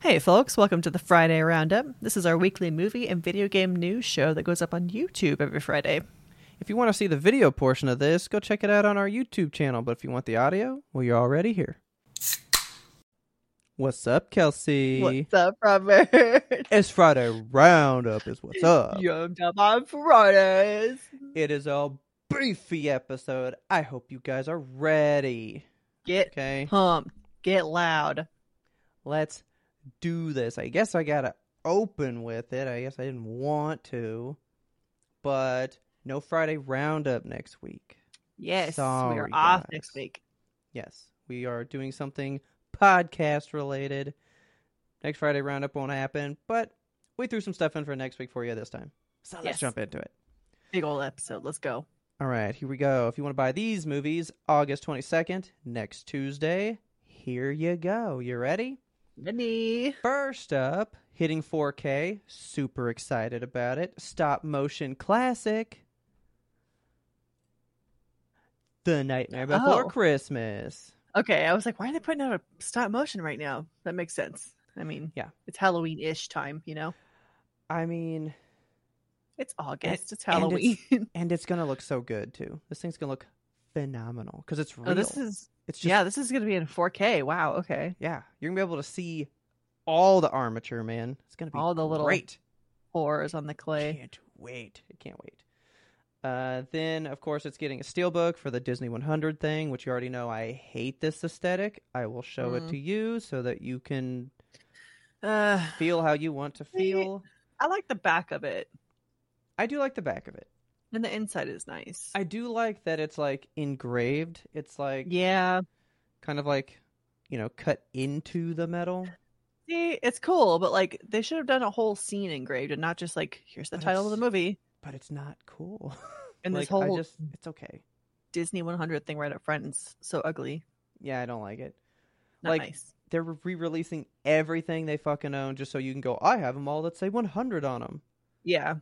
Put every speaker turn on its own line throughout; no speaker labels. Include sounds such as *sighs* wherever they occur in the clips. Hey, folks, welcome to the Friday Roundup. This is our weekly movie and video game news show that goes up on YouTube every Friday.
If you want to see the video portion of this, go check it out on our YouTube channel. But if you want the audio, well, you're already here. What's up, Kelsey?
What's up, Robert? *laughs*
It's Friday Roundup, is what's up.
Yum Yum on Fridays.
It is a beefy episode. I hope you guys are ready.
Get
Okay,
pumped. Get loud.
let's do this. I guess I gotta open with it. I guess I didn't want to, but no Friday Roundup next week.
Yes,
Sorry,
we're off
guys.
next week.
Yes, we are doing something podcast related. Next Friday roundup won't happen, but we threw some stuff in for next week for you this time. So let's
Yes.
jump into it.
Big old episode. Let's go.
All right, here we go. If you want to buy these movies, August 22nd, next Tuesday, here you go. You ready?
Ready?
First up, hitting 4K, super excited about it. Stop motion classic. The Nightmare Before
Oh.
Christmas.
Okay, I was like, why are they putting out a stop motion right now? That makes sense. I mean,
Yeah.
it's Halloween ish time, you know?
I mean,
It's August. It's
and
Halloween.
it's- and it's gonna look so good too. This thing's gonna look phenomenal because it's
*laughs*
real.
oh, this is,
it's just, yeah,
yeah, this is going to be in 4K. Wow. Okay.
You're gonna be able to see all the armature, man. It's gonna be
All the little
great.
Horrors on the clay.
Can't wait. I can't wait. Uh, then of course it's getting a steelbook for the Disney 100 thing, which you already know. I hate this aesthetic. I will show it
Mm.
to you so that you can
Uh,
feel how you want to feel.
I like the back of it,
I do like the back of it.
and the inside is nice.
I do like that it's like engraved. It's like
yeah,
kind of like you know cut into the metal.
see, it's cool, but like they should have done a whole scene engraved and not just like here's the
But
title of the
it's-
movie
but it's not cool. *laughs*
And this
Like, I
whole-
just it's okay.
Disney 100 thing right up front. It's so ugly,
Yeah, I don't like it.
not
Like-
nice.
They're re-releasing everything they fucking own just so you can go. I have them all that say 100 on them.
Yeah,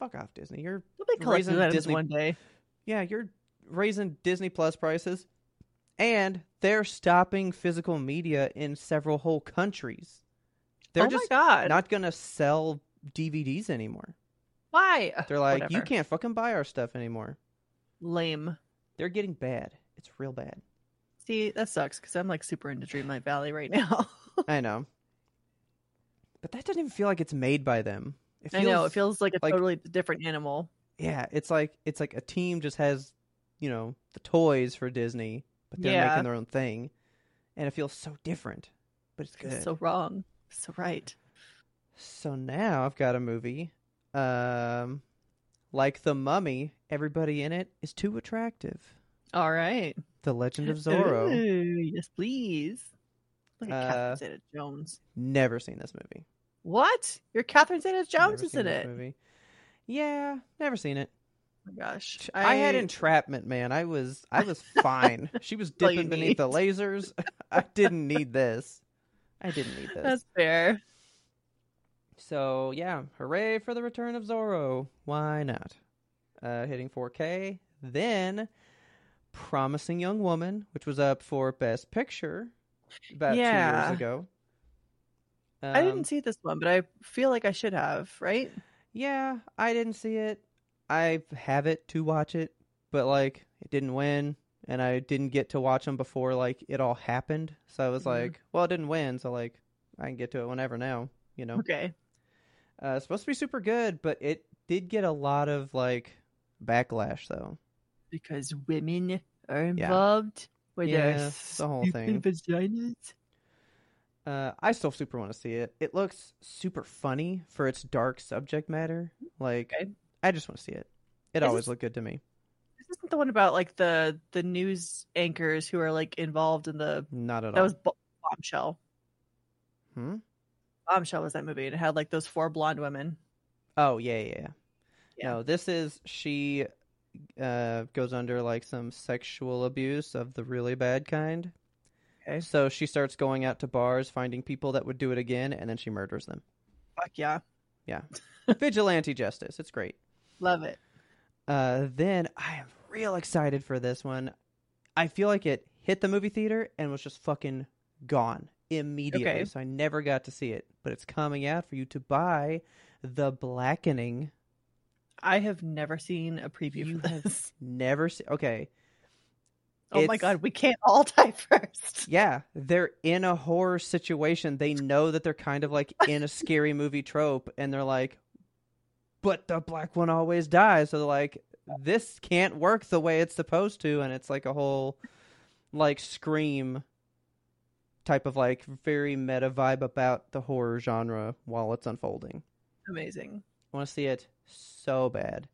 Fuck off, Disney. You're
they'll
The
be
reason
collecting items
Disney-
one day.
yeah, you're raising Disney Plus prices, and they're stopping physical media in several whole countries. They're
oh
just
my god,
not gonna sell DVDs anymore.
why? Ugh,
They're like, you
whatever.
can't fucking buy our stuff anymore.
lame.
They're getting bad. It's real bad.
See, that sucks because I'm like super into Dreamlight Valley right *laughs* now.
I know. But that doesn't even feel like it's made by them. It
I know it feels like a
like-
totally different animal.
Yeah, it's like it's like a team just has, you know, the toys for Disney, but they're
Yeah.
making their own thing. And it feels so different. But it's good.
It's so wrong, so right.
So now I've got a movie. Um like the mummy, everybody in it is too attractive.
All right.
The Legend of
*laughs*
Zorro.
Ooh, yes, please. Look at
Uh,
Catherine Zeta Jones.
Never seen this movie.
What? Your Catherine Zeta Jones
Never
is
seen
in
this
it.
Movie. Yeah, never seen it.
Oh my gosh.
I, had entrapment, man. I was I
*laughs*
was fine. she was
all you
dipping beneath the lasers. *laughs* I didn't need this. I didn't need this.
That's fair.
So yeah, hooray for the return of Zorro. Why not? Uh, hitting 4K. Then Promising Young Woman, which was up for Best Picture about two
Yeah.
years ago.
I
Um,
didn't see this one, but I feel like I should have, right?
Yeah, I didn't see it. I have it to watch it, but like it didn't win, and I didn't get to watch them before like it all happened. So I was
Mhm.
like, well, it didn't win, so like I can get to it whenever now, you know.
Okay.
Uh, it's supposed to be super good, but it did get a lot of like backlash though.
Because women are
Yeah.
involved with
Yeah,
their
the whole
stupid vaginas.
Uh, I still super want to see it. It looks super funny for its dark subject matter. Like,
Okay.
I just want to see it. It
Is
always
this-
looked good to me.
This isn't the one about like the the news anchors who are like involved in the
Not at
that
all.
was bo- bombshell.
Hmm?
Bombshell was that movie. It had like those four blonde women.
Oh yeah, yeah, yeah.
Yeah.
No, this is she uh, goes under like some sexual abuse of the really bad kind.
Okay.
So she starts going out to bars, finding people that would do it again, and then she
*laughs*
murders them.
Fuck yeah,
Vigilante justice. It's great.
love it.
Uh, then I am real excited for this one. I feel like it hit the movie theater and was just fucking gone immediately.
Okay.
So I never got to see it, but it's coming out for you to buy. The Blackening.
I have never seen a preview
You
for
have-
this. *laughs*
Never see. Okay.
Oh my
It's-
god, we can't all *laughs* die first.
Yeah, they're in a horror situation. They know that they're kind of like in a scary movie trope, and they're like, but the black one always dies. So they're like, this can't work the way it's supposed to. And it's like a whole like scream type of like very meta vibe about the horror genre while it's unfolding.
Amazing.
I want to see it so bad.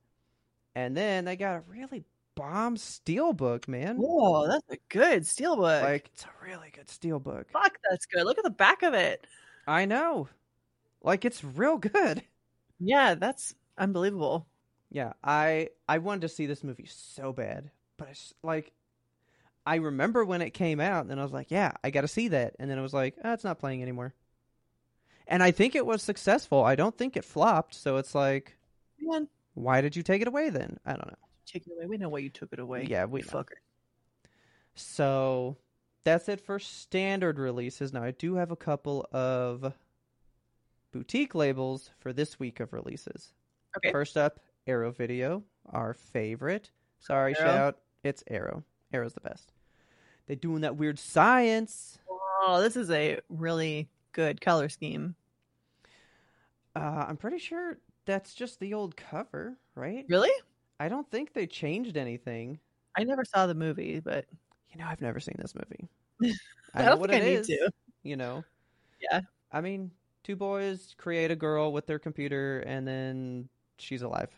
And then they got a really bomb steel book, man.
Whoa, that's a good steelbook.
Like, it's a really good steel book.
fuck, that's good. Look at the back of it.
I know. Like it's real good. *laughs*
Yeah, that's unbelievable.
Yeah, I I wanted to see this movie so bad, but it's like I remember when it came out and I was like, yeah, I got to see that. And then it was like, oh, it's not playing anymore. And I think it was successful. I don't think it flopped, so it's like,
Man,
why did you take it away then? I don't know.
take it away. We know why you took it away.
Yeah, we
you
know.
fucker.
So that's it for standard releases. Now I do have a couple of boutique labels for this week of releases.
Okay.
First up, Arrow Video, our favorite. Sorry,
Arrow.
shout. It's Arrow. Arrow's the best. They doing that weird science.
Oh, this is a really good color scheme.
Uh, I'm pretty sure that's just the old cover, right?
Really?
I don't think they changed anything.
I never saw the movie, but
You know, I've never seen this movie.
I, *laughs*
know
don't
what
think I
it
need
is.
to.
you know.
Yeah.
I mean, two boys create a girl with their computer and then she's alive.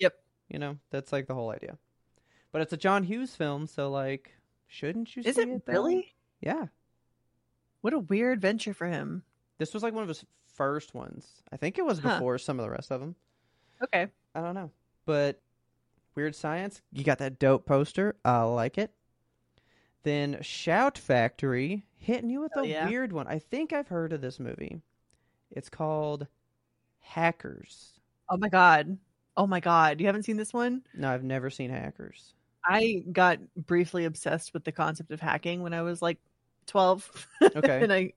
Yep.
You know, that's like the whole idea. But it's a John Hughes film, so like shouldn't you
Is
see
it
it then?
really?
Yeah.
What a weird venture for him.
This was like one of his first ones. I think it was
Huh.
before some of the rest of them.
Okay.
I don't know. But Weird Science, you got that dope poster. I like it. Then Shout Factory hitting you with
Hell
a
yeah.
weird one. I think I've heard of this movie. It's called Hackers.
Oh my god. Oh my god. You haven't seen this one?
No, I've never seen *laughs* Hackers.
I got briefly obsessed with the concept of hacking when I was like *laughs* 12.
Okay.
and I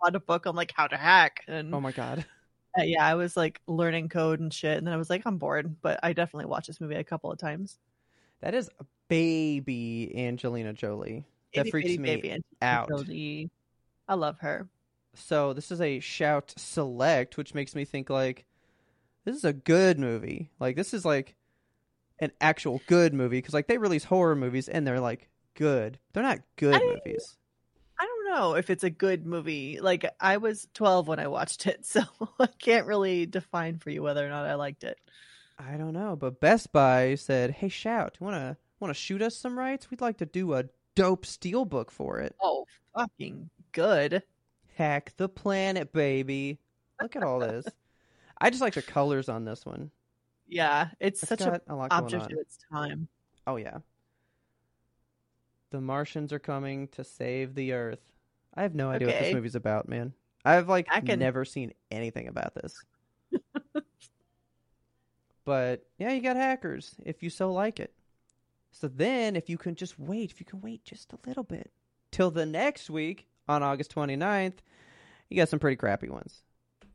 bought a book on like how to hack. And
Oh my god.
uh, yeah, I was like learning code and shit. And then I was like, I'm bored. But I definitely watched this movie a couple of times.
That is a baby Angelina Jolie. That
Itty
freaks
bitty
me
baby and
Out.
Jolie. I love her.
So this is a shout select, which makes me think like this is a good movie. Like this is like an actual good movie because like they release horror movies and they're like good. They're not good
I-
movies.
I don't know if it's a good movie. Like I was 12 when I watched it, *laughs* so I can't really define for you whether or not I liked it.
I don't know, but Best Buy said, "Hey, shout, want to want to shoot us some rights? We'd like to do a dope steelbook for it.
Oh, fucking good.
Hack the planet, baby. Look at
*laughs*
all this. I just like the colors on this one.
Yeah, it's
It's
such a
got a lot going
object
on.
of its time.
Oh yeah. The Martians are coming to save the Earth. I have no idea what this
Okay.
movie's about, man. I've like
I can-
never seen anything
*laughs*
about this. but yeah, you got hackers if you so like it. So then if you can just wait, if you can wait just a little bit till the next week on August 29th, you got some pretty crappy ones.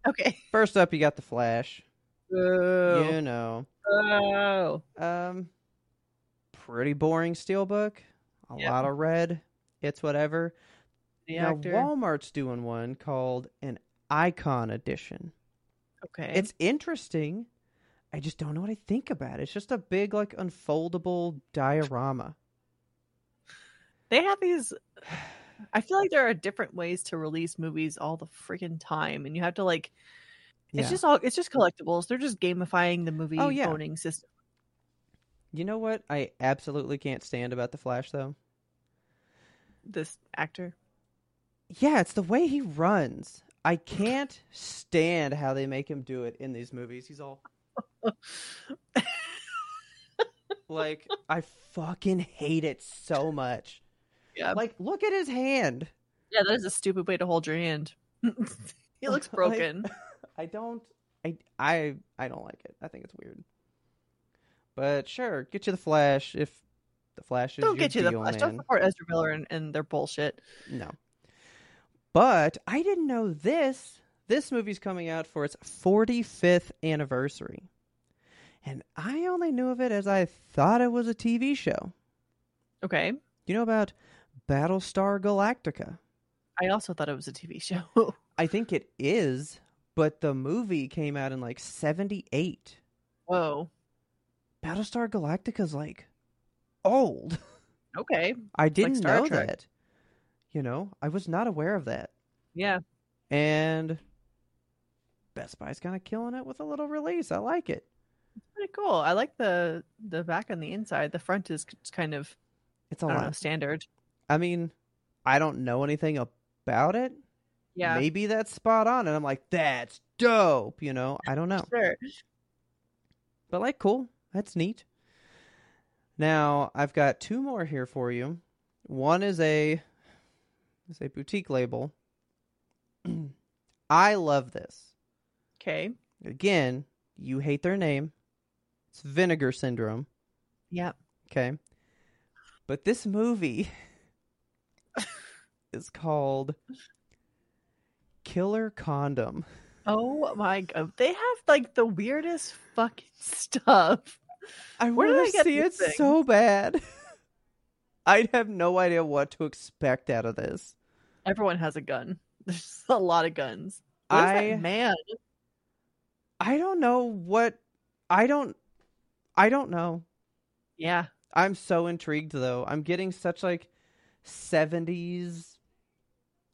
Okay.
First up, you got The Flash.
Oh,
You know.
oh.
Um, pretty boring steelbook. A
Yeah.
lot of red. It's whatever.
The
now
actor.
Walmart's doing one called an Icon Edition.
okay.
It's interesting. I just don't know what I think about it. It's just a big like unfoldable diorama.
they have
*sighs*
these. I feel like there are different ways to release movies all the freaking time, and you have to like.
Yeah.
It's just all. It's just collectibles. They're just gamifying the movie
Oh, yeah.
owning system.
You know what I absolutely can't stand about the Flash though?
This actor.
Yeah, it's the way he runs. I can't stand how they make him do it in these movies. He's all like, I fucking hate it so much.
Yeah.
Like, look at his hand.
Yeah, that is a stupid way to hold your hand. *laughs* he looks
*laughs* Like-
broken.
I don't. I I I don't like it. I think it's weird. But sure, get you the Flash if the Flash is
don't
your
get you the
deal,
flash.
man.
Don't support Ezra Miller and, and their bullshit.
No. But I didn't know this. This movie's coming out for its 45th anniversary. And I only knew of it as I thought it was a TV show.
Okay.
You know about Battlestar Galactica?
I also thought it was a TV show. *laughs*
I think it is, but the movie came out in like 78.
Whoa.
Battlestar Galactica's like old.
Okay.
I didn't
Star
know
Trek.
that. You know, I was not aware of that.
Yeah.
and Best Buy's kind of killing it with a little release. I like it.
Pretty cool. I like the the back and the inside. The front is c- kind of
It's a
I don't know,
lot.
standard.
I mean, I don't know anything about it.
Yeah.
Maybe that's spot on, and I'm like, that's dope. You know, I don't know,
Sure.
but like, cool. That's neat. Now I've got two more here for you. One is a is a boutique label. *clears throat* I love this.
Okay.
Again, you hate their name. It's Vinegar Syndrome.
Yeah.
Okay. But this movie *laughs* is called Killer Condom.
Oh my god. They have like the weirdest fucking *laughs* stuff.
I
Where did
want
I
to
get
see it
these things?
so bad. *laughs* I have no idea what to expect out of this.
Everyone has a gun. *laughs* There's a lot of guns. What is
I-
that man?
I don't know what I don't I don't know.
Yeah.
I'm so intrigued though. I'm getting such like 70s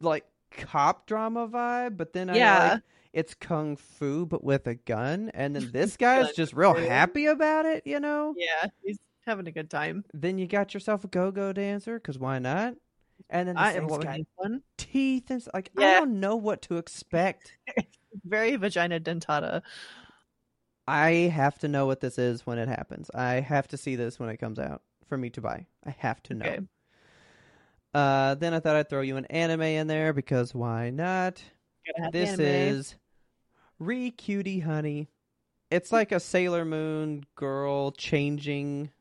like cop drama vibe, but then I
Yeah.
like it's kung fu but with a gun and then
*laughs*
this guy's
Kung
just real
fu.
happy about it, you know?
Yeah. He's having a good time.
Then you got yourself a go-go dancer cuz why not? And then
I
this
am
thing's
loving
got
this one.
teeth and s- like I
Yeah.
don't know what to expect.
Very vagina dentata.
I have to know what this is when it happens. I have to see this when it comes out for me to buy. I have to know.
Okay.
Uh, then I thought I'd throw you an anime in there because why not?
Gotta have
This
anime.
is Re Cutie Honey. It's like a Sailor Moon girl changing,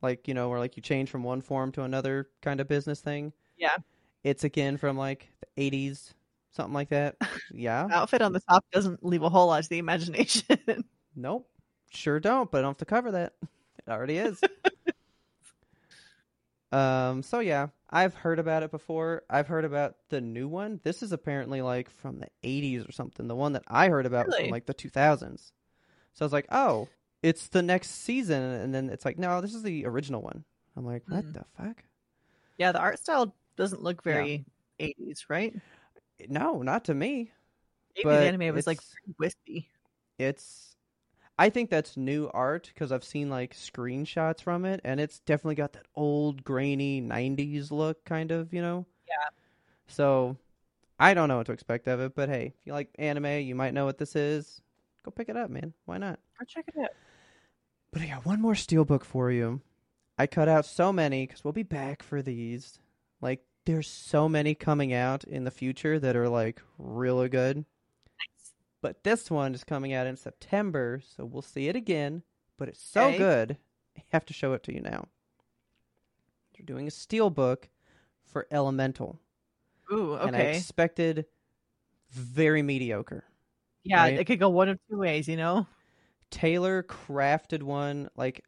like, you know, where like you change from one form to another kind of business thing.
Yeah.
It's again from like the 80s, something like
*laughs*
that. Yeah.
outfit on the top doesn't leave a whole lot to the imagination. *laughs*
Nope. Sure don't, but I don't have to cover that. *laughs* It already is.
*laughs*
um so yeah, I've heard about it before. I've heard about the new one. This is apparently like from the 80s or something. The one that I heard about was from
Really?
like the 2000s. So I was like, "Oh, it's the next season." And then it's like, "No, this is the original one." I'm like, "What
Mm.
the fuck?"
yeah, the art style doesn't look very 80s, right?
No, not to me.
Maybe
But
the anime was like
it's-
pretty wispy.
It's I think that's new art because I've seen like screenshots from it and it's definitely got that old grainy 90s look kind of, you know.
Yeah.
So I don't know what to expect of it, but hey, if you like anime, you might know what this is. Go pick it up, man. Why not?
I'll check it out.
But I got one more steelbook for you. I cut out so many because we'll be back for these. Like, there's so many coming out in the future that are like really good. But this one is coming out in September, so we'll see it again. But it's so
Okay.
good, I have to show it to you now. They're doing a steelbook for Elemental,
Ooh,
and I
okay.
expected very mediocre.
yeah,
right?
it could go one of two ways, you know?
Taylor crafted one. Like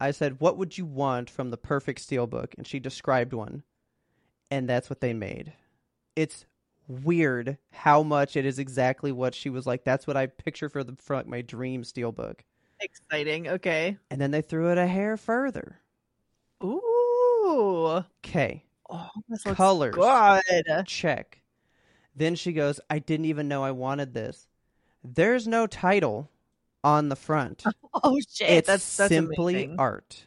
I said, what would you want from the perfect steelbook? And she described one. And that's what they made. It's weird how much it is exactly what she was like. That's what I picture for the for like my dream steelbook.
Exciting. Okay.
And then they threw it a hair further.
Ooh. Oh,
Okay.
this looks
Colors.
good.
Check. Then she goes, I didn't even know I wanted this. There's no title on the front.
Oh shit.
it's
that's that's
simply
amazing.
art.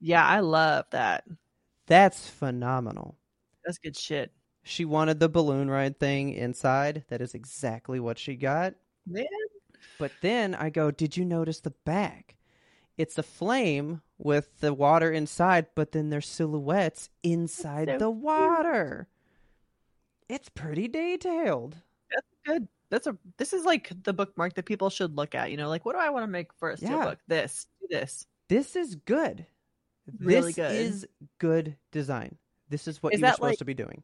Yeah, I love that.
That's phenomenal.
That's good shit.
She wanted the balloon ride thing inside. That is exactly what she got.
Man.
But then I go, Did you notice the back? It's a flame with the water inside, but then there's silhouettes inside
so
the
cute.
water. It's pretty detailed.
Good. That's a this is like the bookmark that people should look at, you know, like what do I want to make first to
Yeah.
a book? This, this.
This is good.
Really
this
good.
is good design. This is what
Is
you were
that,
supposed
like-
to be doing.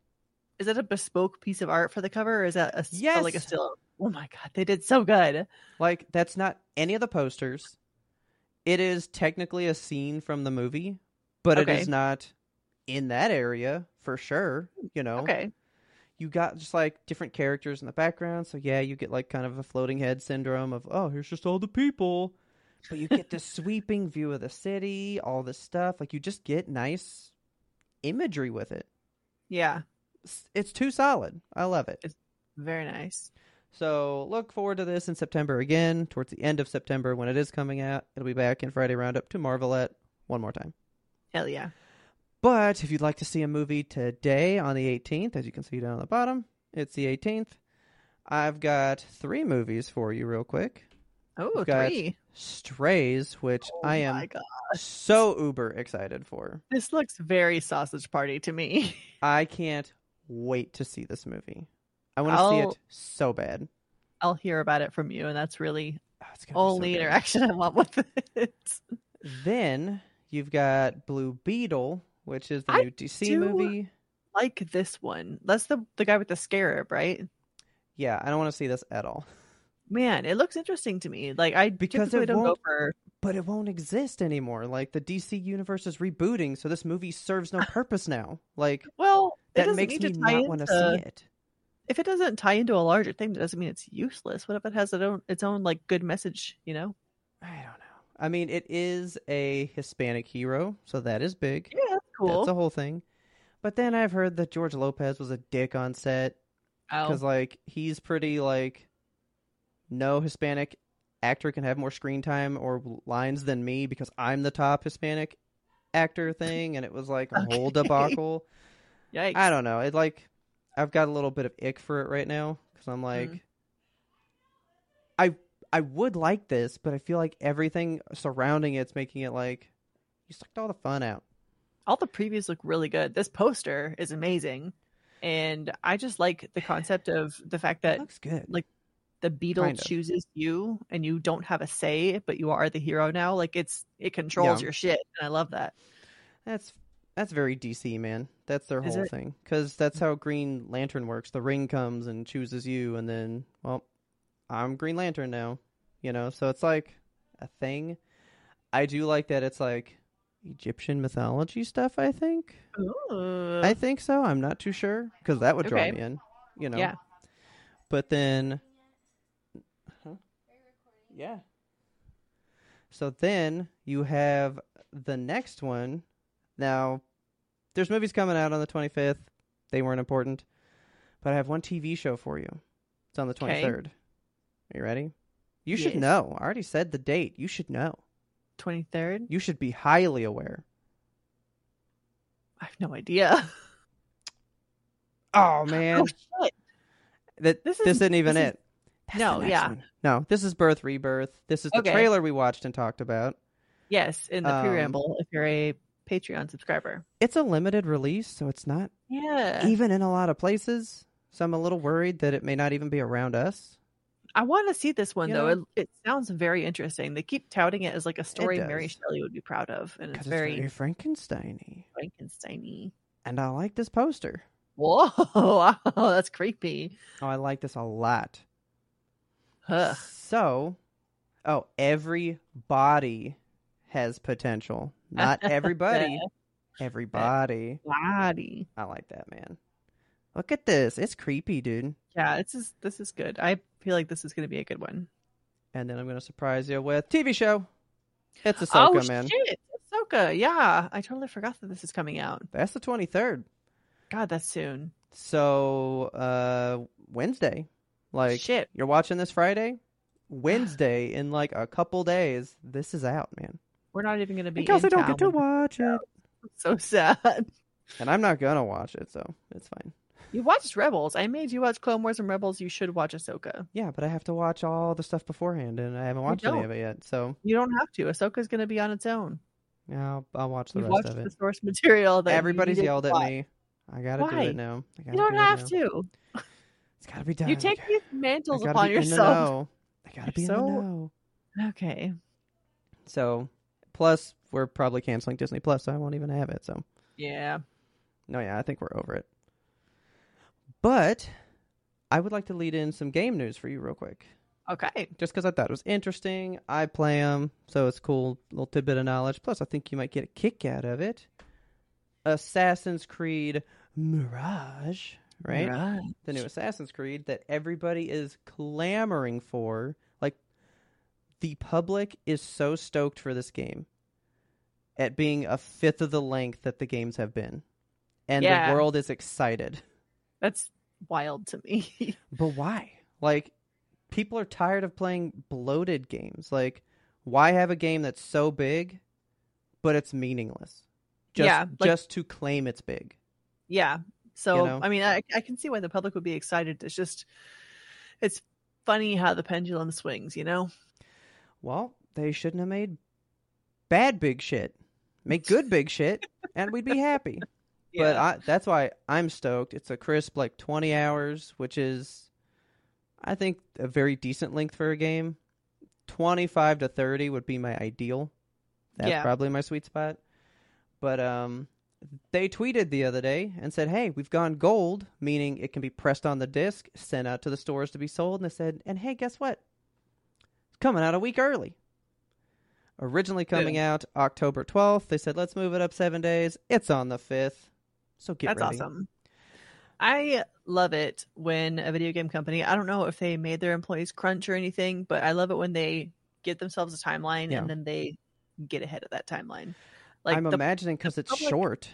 Is that a bespoke piece of art for the cover or is that a s- or like a
Yes.
still? Oh my god, they did so good.
Like that's not any of the posters. It is technically a scene from the movie, but it
Okay.
is not in that area for sure, you know.
Okay.
You got just like different characters in the background, so yeah, you get like kind of a floating head syndrome of oh, here's just all the people. But you get this *laughs* sweeping view of the city, all this stuff. Like you just get nice imagery with it.
Yeah.
It's- It's too solid. I love it.
Very nice.
So look forward to this in September again, towards the end of September when it is coming out. It'll be back in Friday Roundup to Marvelette one more time.
Hell yeah.
But if you'd like to see a movie today on the 18th, as you can see down on the bottom, it's the 18th. I've got three movies for you, real quick.
Oh,
We've got-
three.
Strays, which
Oh
I
my
am
god.
so uber excited for.
This looks very sausage party to me. *laughs*
I can't wait to see this movie. I want to see
I'll-
it so bad.
I'll hear about it from you and that's really
Oh, it's gonna be so
only
good.
interaction I want with it. *laughs*
Then you've got Blue Beetle, which is the
I
new DC
do-
movie.
Like this one. That's the the guy with the scarab, right?
Yeah, I don't want to see this at all.
Man, it looks interesting to me. Like I
Because
because
it
typically don't go
won't-
for
But it won't exist anymore. Like the DC universe is rebooting, so this movie serves no purpose now. Like
well. Ah. it
that
doesn't
makes
need
me
to tie
not want to
into-
see it.
If it doesn't tie into a larger thing, that doesn't mean it's useless. What if it has its own its own like good message? You know?
I don't know. I mean, it is a Hispanic hero, so that is big.
Yeah, that's cool.
That's a whole thing. But then I've heard that George Lopez was a dick on set because like he's pretty like no hispanic actor can have more screen time or lines than me because i'm the top hispanic actor thing and it was like a whole
Okay.
debacle
Yikes.
i don't know it like i've got a little bit of ick for it right now because i'm like i i would like this but i feel like everything surrounding it's making it like you sucked all the fun out
All the previews look really good. This poster is amazing, and I just like the concept of the fact
it
that
looks good
like, the beetle
kind of.
chooses you, and you don't have a say, but you are the hero now. Like it's it controls
Yeah.
your shit, and I love that.
That's that's very DC, man. That's their
Is
whole
it?
thing. Because that's how Green Lantern works. The ring comes and chooses you, and then, well, I'm Green Lantern now. You know, so it's like a thing. I do like that it's like Egyptian mythology stuff. I think.
Ooh.
I think so. I'm not too sure because that would draw
Uh. Okay.
me in. You know.
Yeah.
But then. Huh? Yeah. So then you have the next one. Now, there's movies coming out on the 25th. They weren't important, but I have one TV show for you. It's on the
Okay.
23rd. Are you ready? You should
Yes.
know. I already said the date. You should know.
Twenty third.
You should be highly aware.
I have no idea. *laughs*
Oh man,
oh shit.
that this,
this is-
isn't even
this is-
it. That's the
No,
next
yeah.
one. no. This is Birth Rebirth. This is the
Okay.
trailer we watched and talked about.
Yes, in the
Um,
preamble, if you're a Patreon subscriber.
It's a limited release, so it's not
Yeah.
even in a lot of places. So I'm a little worried that it may not even be around us.
I want to see this one
You
though.
know-
It, it sounds very interesting. They keep touting it as like a story Mary
does.
Shelley would be proud of, and
'Cause
it's
It's
very,
very Frankenstein-y.
Frankenstein-y.
and I like this poster.
Whoa, *laughs* wow, that's creepy.
Oh, I like this a lot.
Huh.
So, oh, every body has potential.
*laughs*
Not everybody.
Eh.
everybody.
Body.
I like that, man. Look at this. It's creepy, dude.
Yeah, this is this is good. I feel like this is going to be a good one.
And then I'm going to surprise you with TV show. It's
oh
Ahsoka, man.
shit, Ahsoka. Yeah, I totally forgot that this is coming out.
That's the 23rd.
God, that's soon.
So, uh Wednesday. Like
shit.
you're watching
*sighs*
this Friday? Wednesday in like a couple days, this is out, man.
We're not even going to be.
Because I
in
don't get to
town.
watch it.
So sad. *laughs*
And I'm not going to watch it, so it's fine.
You watched Rebels. I made you watch Clone Wars and Rebels. You should watch Ahsoka.
Yeah, but I have to watch all the stuff beforehand, and I haven't watched any of it yet. So
You don't have to. Ahsoka's going to be on its own.
I'll, I'll watch the
You've
rest
watched
of
the
it.
source material that you
Everybody's
didn't
yelled at
watch.
me. I gotta do
Why?
it now. I gotta
You don't
do it
have
now.
to.
It's gotta be done. I
You take
gotta-
these
I
mantles
gotta
upon
be In the
yourself.
know. I gotta be in
So-
the know.
*laughs* Okay.
So, plus we're probably canceling Disney Plus, so I won't even have it. So,
Yeah.
no, yeah, I think we're over it. But I would like to lead in some game news for you real quick,
Okay.
just because I thought it was interesting. I play them, so it's cool little tidbit of knowledge. Plus, I think you might get a kick out of it. Assassin's Creed Mirage, right? the new Assassin's Creed that everybody is clamoring for. Like, the public is so stoked for this game at being a fifth of the length that the games have been. And
Yeah.
the world is excited.
That's wild to me. *laughs*
But why? Like, people are tired of playing bloated games. Like, why have a game that's so big, but it's meaningless? Just,
Yeah, like-
just to claim it's big.
yeah. So,
know?
I mean, I, I can see why the public would be excited. It's just, it's funny how the pendulum swings, you know?
Well, they shouldn't have made bad big shit. Make good big shit, and we'd be happy. But I, that's why I'm stoked. It's a crisp like 20 hours, which is, I think, a very decent length for a game. 25 to 30 would be my ideal. That's
Yeah.
probably my sweet spot. But um, they tweeted the other day and said, "Hey, we've gone gold, meaning it can be pressed on the disc, sent out to the stores to be sold." And they said, "And hey, guess what? It's coming out a week early." Originally coming out October 12th, they said, "Let's move it up seven days." It's on the 5th, so get
That's
ready.
awesome. I love it when a video game company, I don't know if they made their employees crunch or anything, but I love it when they give themselves a timeline
Yeah.
and then they get ahead of that timeline. Like
I'm
the,
imagining because it's
public-
short,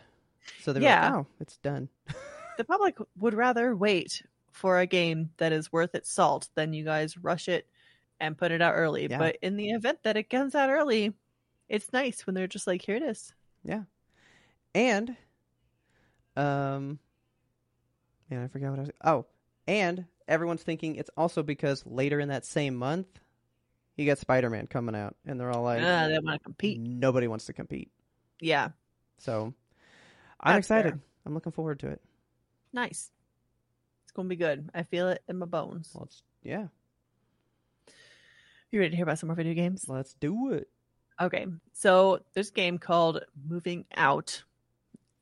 so they're
Yeah.
like, "Oh, it's done."
the public would rather wait for a game that is worth its salt than you guys rush it and put it out early.
Yeah.
But in the event that it comes out early, it's nice when they're just like, here it is.
And, um, man, I forgot what I was. Oh, and everyone's thinking it's also because later in that same month, you got Spider Man coming out, and they're all like,
Ah, they want to compete.
nobody wants to compete.
Yeah.
So, I'm
That's fair.
excited. I'm looking forward to it.
Nice. It's going to be good. I feel it in my bones.
Let's, yeah,
You ready to hear about some more video games?
let's do it.
Okay, so there's a game called Moving Out.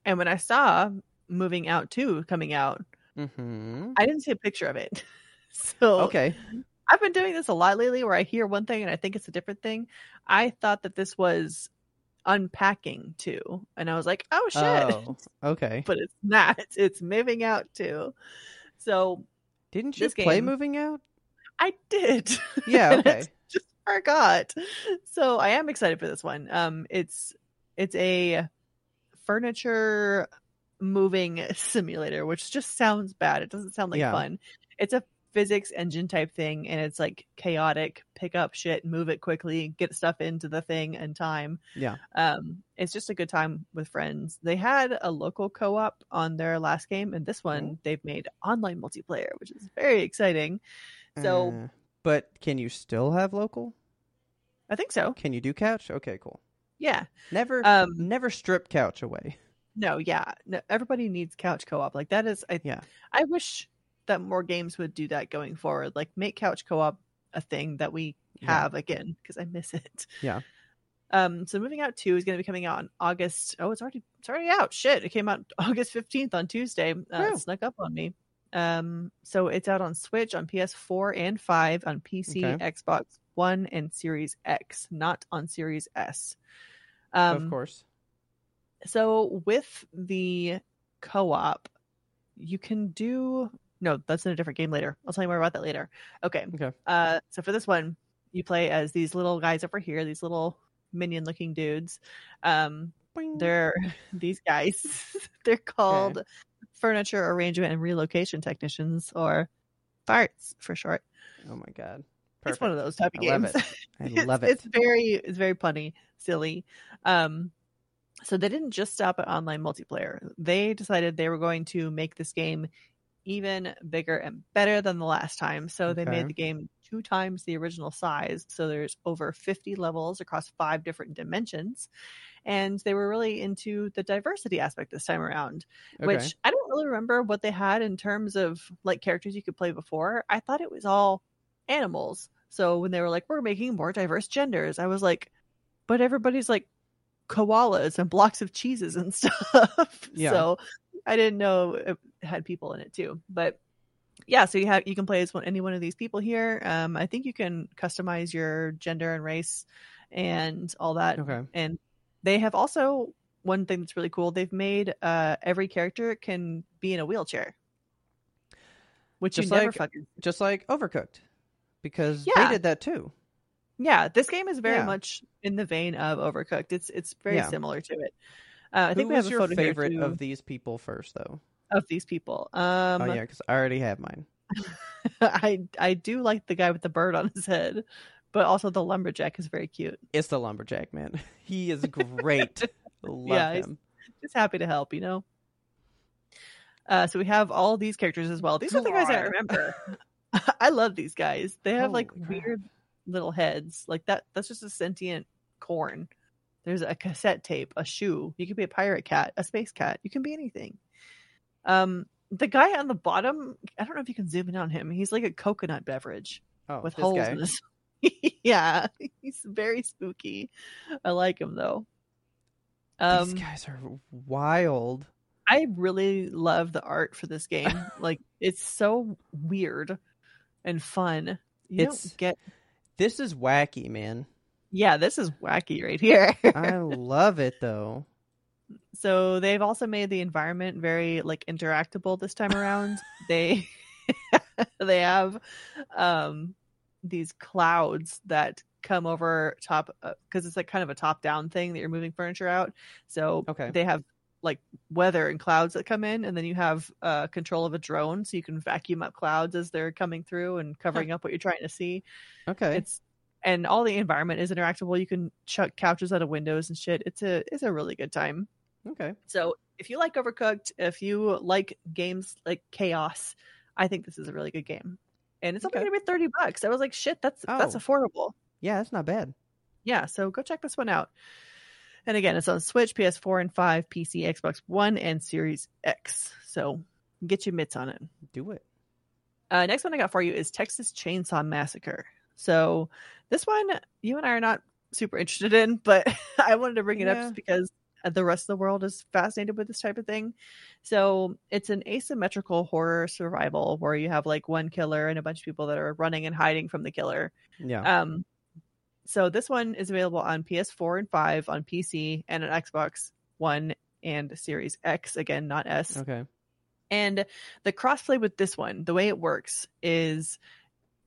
And when I saw Moving Out 2 coming out,
Mm-hmm.
I didn't see a picture of it. *laughs* so
Okay.
I've been doing this a lot lately where I hear one thing and I think it's a different thing. I thought that this was unpacking 2. And I was like, oh shit.
Oh, okay.
*laughs* but it's not. It's Moving Out 2. So
Didn't you
this
play
game-
Moving Out?
I did. *laughs*
Yeah.
And
Okay.
it's just forgot. So I am excited for this one. Um, it's it's a furniture moving simulator, which just sounds bad. It doesn't sound like
Yeah.
fun. It's a physics engine type thing, and it's like chaotic. Pick up shit, move it quickly, get stuff into the thing in time.
Yeah.
Um, it's just a good time with friends. They had a local co-op on their last game, and this
Mm-hmm.
one they've made online multiplayer, which is very exciting. So-
Uh, but can you still have local?
I think so.
Can you do couch? Okay, cool.
Yeah.
Never,
Um,
never strip couch away.
No, yeah. No, everybody needs couch co-op. Like that is I
Yeah.
I wish that more games would do that going forward. Like make couch co-op a thing that we
Yeah.
have again because I miss it.
Yeah.
Um so moving out 2 is going to be coming out on August. Oh, it's already it's already out. Shit. It came out *laughs* August 15th on Tuesday. Uh,
Yeah.
it snuck up on me. Um so it's out on Switch, on PS4 and 5, on PC,
Okay.
Xbox 1 and Series X, not on Series S. Um
of course.
so with the co-op you can do no that's in a different game later i'll tell you more about that later okay
Okay.
uh so for this one you play as these little guys over here these little minion looking dudes um
Boing.
they're *laughs* these guys *laughs* they're called furniture arrangement and relocation technicians or farts for short
Oh my god.
it's one of those type of
I love
games
it.
*laughs*
I
it's,
love it.
It's very it's very punny, silly. Um so they didn't just stop at online multiplayer. They decided they were going to make this game even bigger and better than the last time. So they
Okay.
made the game two times the original size. So there's over 50 levels across five different dimensions. And they were really into the diversity aspect this time around,
Okay.
which I don't really remember what they had in terms of like characters you could play before. I thought it was all animals. So when they were like, we're making more diverse genders, I was like, but everybody's like koalas and blocks of cheeses and *laughs* stuff.
Yeah.
So I didn't know it had people in it too. But yeah, so you have you can play as one, any one of these people here. Um, I think you can customize your gender and race and all that.
okay.
And they have also one thing that's really cool. They've made uh, every character can be in a wheelchair, which
Just
you never
like-
fucking
Just like Overcooked, because
Yeah.
they did that too.
Yeah, this game is very
Yeah.
much in the vein of Overcooked. It's it's very
Yeah.
similar to it. Uh, I think
Who
we have
was
a
your
photo here,
favorite
too,
of these people first, though?
of these people. Um,
oh yeah, because I already have mine.
*laughs* I I do like the guy with the bird on his head, but also the lumberjack is very cute.
It's the lumberjack man. *laughs* He is
*laughs*
great. Love
Yeah, he's-
him.
Just happy to help, you know. Uh, so we have all these characters as well. These are the guys I
Blar.
remember. *laughs* I love these guys. They have like
Holy crap.
weird little heads. Like that. That's just a sentient corn. There's a cassette tape, a shoe. You could be a pirate cat, a space cat. You can be anything. Um, the guy on the bottom. I don't know if you can zoom in on him. He's like a coconut beverage
Oh,
with
this
holes
guy.
in his. *laughs* yeah, he's very spooky. I like him though. Um,
These guys are wild.
I really love the art for this game. like, it's so weird and fun. You
It's-
don't get.
This is wacky, man.
Yeah, this is wacky right here. *laughs*
I love it though.
so they've also made the environment very like interactable this time
*laughs*
around they *laughs* they have um these clouds that come over top because it's like kind of a top down thing that you're moving furniture out so
Okay.
they have like weather and clouds that come in and then you have uh control of a drone so you can vacuum up clouds as they're coming through and covering up what you're trying to see
Okay.
it's and all the environment is interactable you can chuck couches out of windows and shit it's a it's a really good time
okay.
so if you like Overcooked, if you like games like Chaos, I think this is a really good game. And it's
Okay.
only gonna be thirty bucks. I was like, shit, that's that's
Oh.
affordable.
Yeah, that's not bad.
Yeah, so go check this one out. And again, it's on Switch, PS4 and 5, PC, Xbox One, and Series X. So get your mitts on it.
Do it.
Uh, next one I got for you is Texas Chainsaw Massacre. So this one you and I are not super interested in, but *laughs* I wanted to bring it up
Yeah.
just because uh, the rest of the world is fascinated with this type of thing. So it's an asymmetrical horror survival where you have like one killer and a bunch of people that are running and hiding from the killer.
Yeah.
Um, so this one is available on PS4 and 5 on PC and on Xbox One and Series X again, not S.
okay.
And the crossplay with this one, the way it works is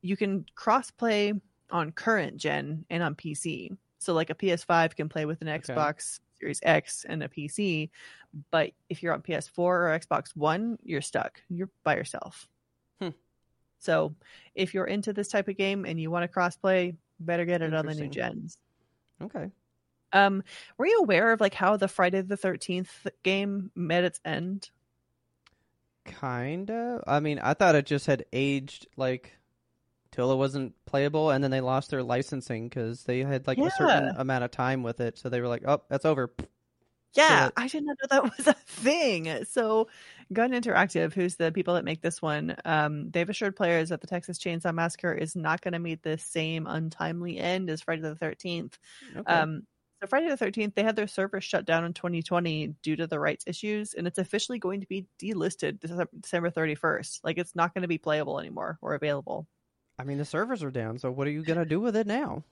you can crossplay on current gen and on PC. So like a PS5 can play with an
Okay.
Xbox Series X and a PC, but if you're on PS4 or Xbox One, you're stuck. You're by yourself.
Hmm.
So if you're into this type of game and you want to crossplay, better get it on the new
Interesting.
gens.
Okay.
Um, were you aware of like how the Friday the 13th game met its end?
Kinda. I mean, I thought it just had aged like till it wasn't playable, and then they lost their licensing because they had like a certain amount of time with it, so they were like, "Oh, that's over."
Yeah,
that-
I did not know that *laughs* was a thing. So, Gun Interactive, who's the people that make this one, um, they've assured players that the Texas Chainsaw Massacre is not going to meet the same untimely end as Friday the 13th.
Okay.
Um, so, Friday the 13th, they had their servers shut down in 2020 due to the rights issues, and it's officially going to be delisted Dece- December 31st. Like, it's not going to be playable anymore or available.
I mean, the servers are down, so what are you gonna do with it now?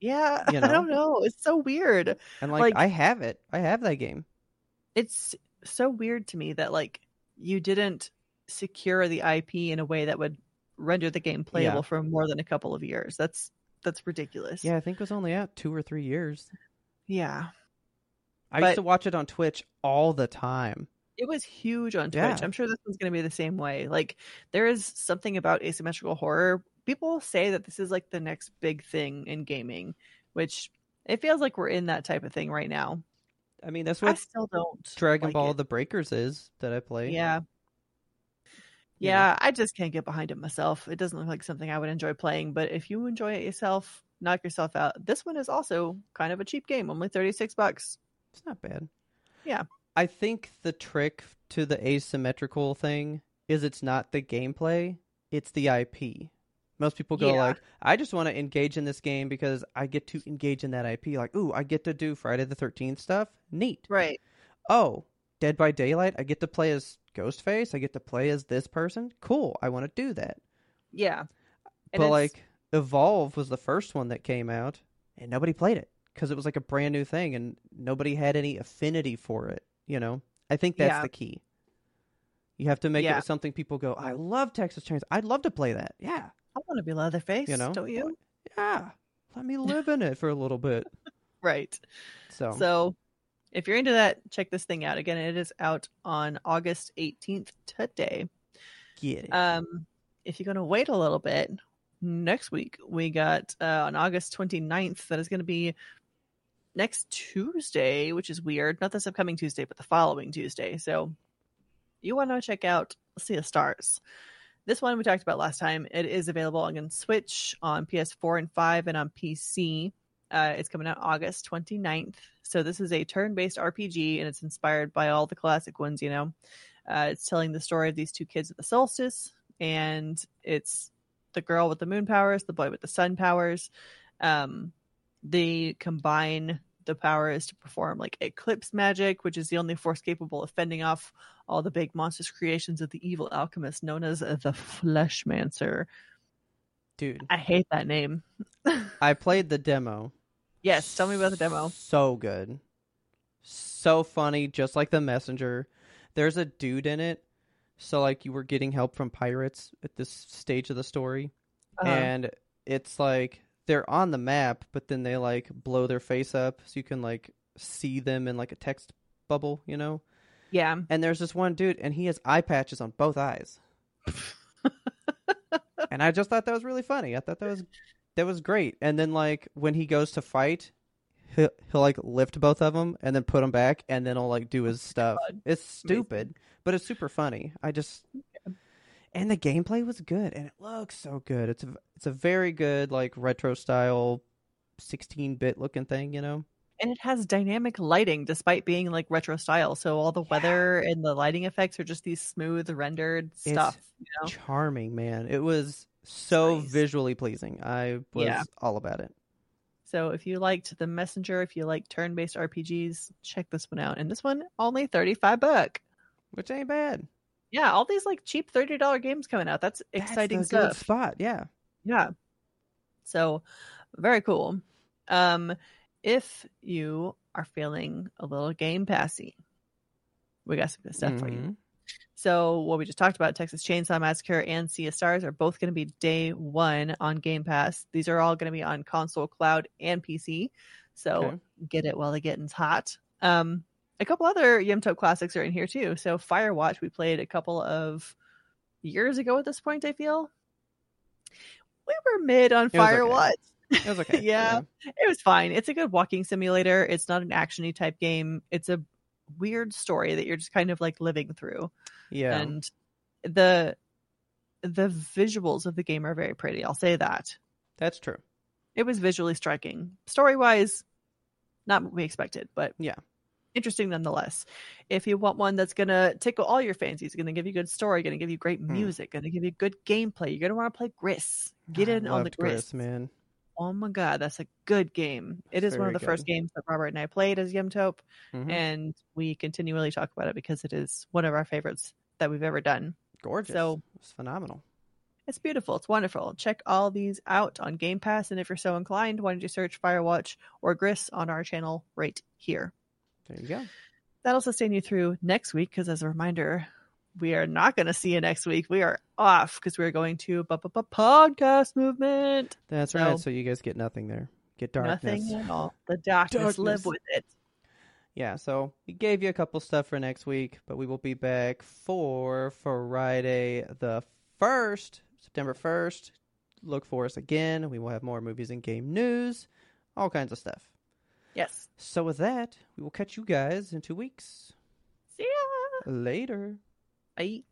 Yeah, *laughs*
You
I
know?
don't know. It's so weird.
And like,
Like-
I have it. I have that game.
it's so weird to me that like you didn't secure the IP in a way that would render the game playable for more than a couple of years. That's that's ridiculous.
Yeah, I think it was only out two or three years.
Yeah.
I
But-
used to watch it on Twitch all the time.
It was huge on Twitch.
Yeah.
I'm sure this one's going to be the same way. Like there is something about asymmetrical horror. People say that this is like the next big thing in gaming, which it feels like we're in that type of thing right now.
I mean, that's
I
what
still don't
Dragon
like
Ball
it.
The Breakers is that I play.
Yeah.
you know.
Yeah, I just can't get behind it myself. It doesn't look like something I would enjoy playing, but if you enjoy it yourself, knock yourself out. This one is also kind of a cheap game, only 36 bucks.
It's not bad.
Yeah.
I think the trick to the asymmetrical thing is it's not the gameplay, it's the IP. Most people go
Yeah.
like, I just want to engage in this game because I get to engage in that IP. Like, ooh, I get to do Friday the 13th stuff. Neat.
Right.
Oh, Dead by Daylight, I get to play as Ghostface. I get to play as this person. Cool. I want to do that.
Yeah. And
but
it's-
like Evolve was the first one that came out, and nobody played it because it was like a brand new thing, and nobody had any affinity for it. You know, I think that's
Yeah.
the key. You have to make
Yeah.
it something people go, "I love Texas Chainsaw. I'd love to play that." Yeah,
I want to be Leatherface,
You know?
don't you?
yeah. Let
*laughs*
me live in it for a little bit.
Right.
So,
So if you're into that, check this thing out. Again, it is out on August 18th today.
get it.
Um, if you're going to wait a little bit, next week we got uh, on August 29th, that is going to be next Tuesday, which is weird. Not this upcoming Tuesday, but the following Tuesday. So you want to check out Sea of Stars. This one we talked about last time. It is available on Switch, on PS4 and 5, and on PC. Uh, it's coming out August 29th. So this is a turn-based RPG, and it's inspired by all the classic ones, you know. Uh, it's telling the story of these two kids at the solstice, and it's the girl with the moon powers, the boy with the sun powers. Um, they combine the powers to perform like eclipse magic, which is the only force capable of fending off all the big monstrous creations of the evil alchemist known as the Fleshmancer.
Dude,
I hate that name.
I played the demo.
Yes, tell me about the demo.
So good. So funny, just like the messenger. There's a dude in it. So like you were getting help from pirates at this stage of the story.
Uh,
And it's like they're on the map, but then they like blow their face up so you can like see them in like a text bubble, you know?
yeah,
And there's this one dude and he has eye patches on both eyes. and I just thought that was really funny. I thought that was that was great. And then like when he goes to fight, he'll, he'll like lift both of them and then put them back and then he'll like do his stuff.
God.
It's stupid, but it's super funny. I just and the gameplay was good and it looks so good. It's a, it's a very good like retro style 16-bit looking thing, you know.
and it has dynamic lighting despite being like retro style. So all the weather and the lighting effects are just these smooth rendered stuff. you know?
charming man it was so
Nice.
visually pleasing i was
Yeah.
all about it
So if you liked The Messenger, if you like turn-based RPGs, check this one out. And this one only 35 buck.
which ain't bad
Yeah, all these like cheap $30 games coming out. That's
That's
exciting
the
stuff.
good spot yeah
Yeah. So very cool. Um if you are feeling a little game passy, we got some good stuff for you.
Mhm.
*laughs* So what we just talked about, Texas Chainsaw Massacre and Sea of Stars are both going to be day one on Game Pass. These are all going to be on console, cloud, and PC. So
Okay.
get it while the getting's hot. Um, a couple other Yumtop classics are in here too. So Firewatch, we played a couple of years ago at this point. I feel we were mid on
It was okay.
Firewatch.
it was okay
*laughs* Yeah. It was fine. It's a good walking simulator. It's not an actiony type game. It's a weird story that you're just kind of like living through
yeah
and the the visuals of the game are very pretty i'll say that
that's true
it was visually striking story wise not what we expected but
Yeah.
interesting nonetheless if you want one that's gonna tickle all your fancies gonna give you good story gonna give you great
Hmm.
music gonna give you good gameplay you're gonna want to play gris get
I
in on the
loved
gris,
man
oh my god that's a good game it is one
Very
of the first
good.
games that robert and i played as yemtope
Mhm.
and we continually talk about it because it is one of our favorites that we've ever done
gorgeous
so-
it's phenomenal
It's beautiful. It's wonderful. Check all these out on Game Pass. And if you're so inclined, why don't you search Firewatch or Gris on our channel right here?
there you go
That'll sustain you through next week because, as a reminder, we are not going to see you next week. We are off because we're going to bu- bu- bu- podcast movement.
that's right
So-
so you guys get nothing there get darkness
Nothing at all. The darkness,
Darkness.
live with it.
yeah so we gave you a couple stuff for next week but we will be back for friday the 1st september 1st look for us again we will have more movies and game news all kinds of stuff
Yes.
So with that, we will catch you guys in two weeks.
See ya.
Later.
Bye.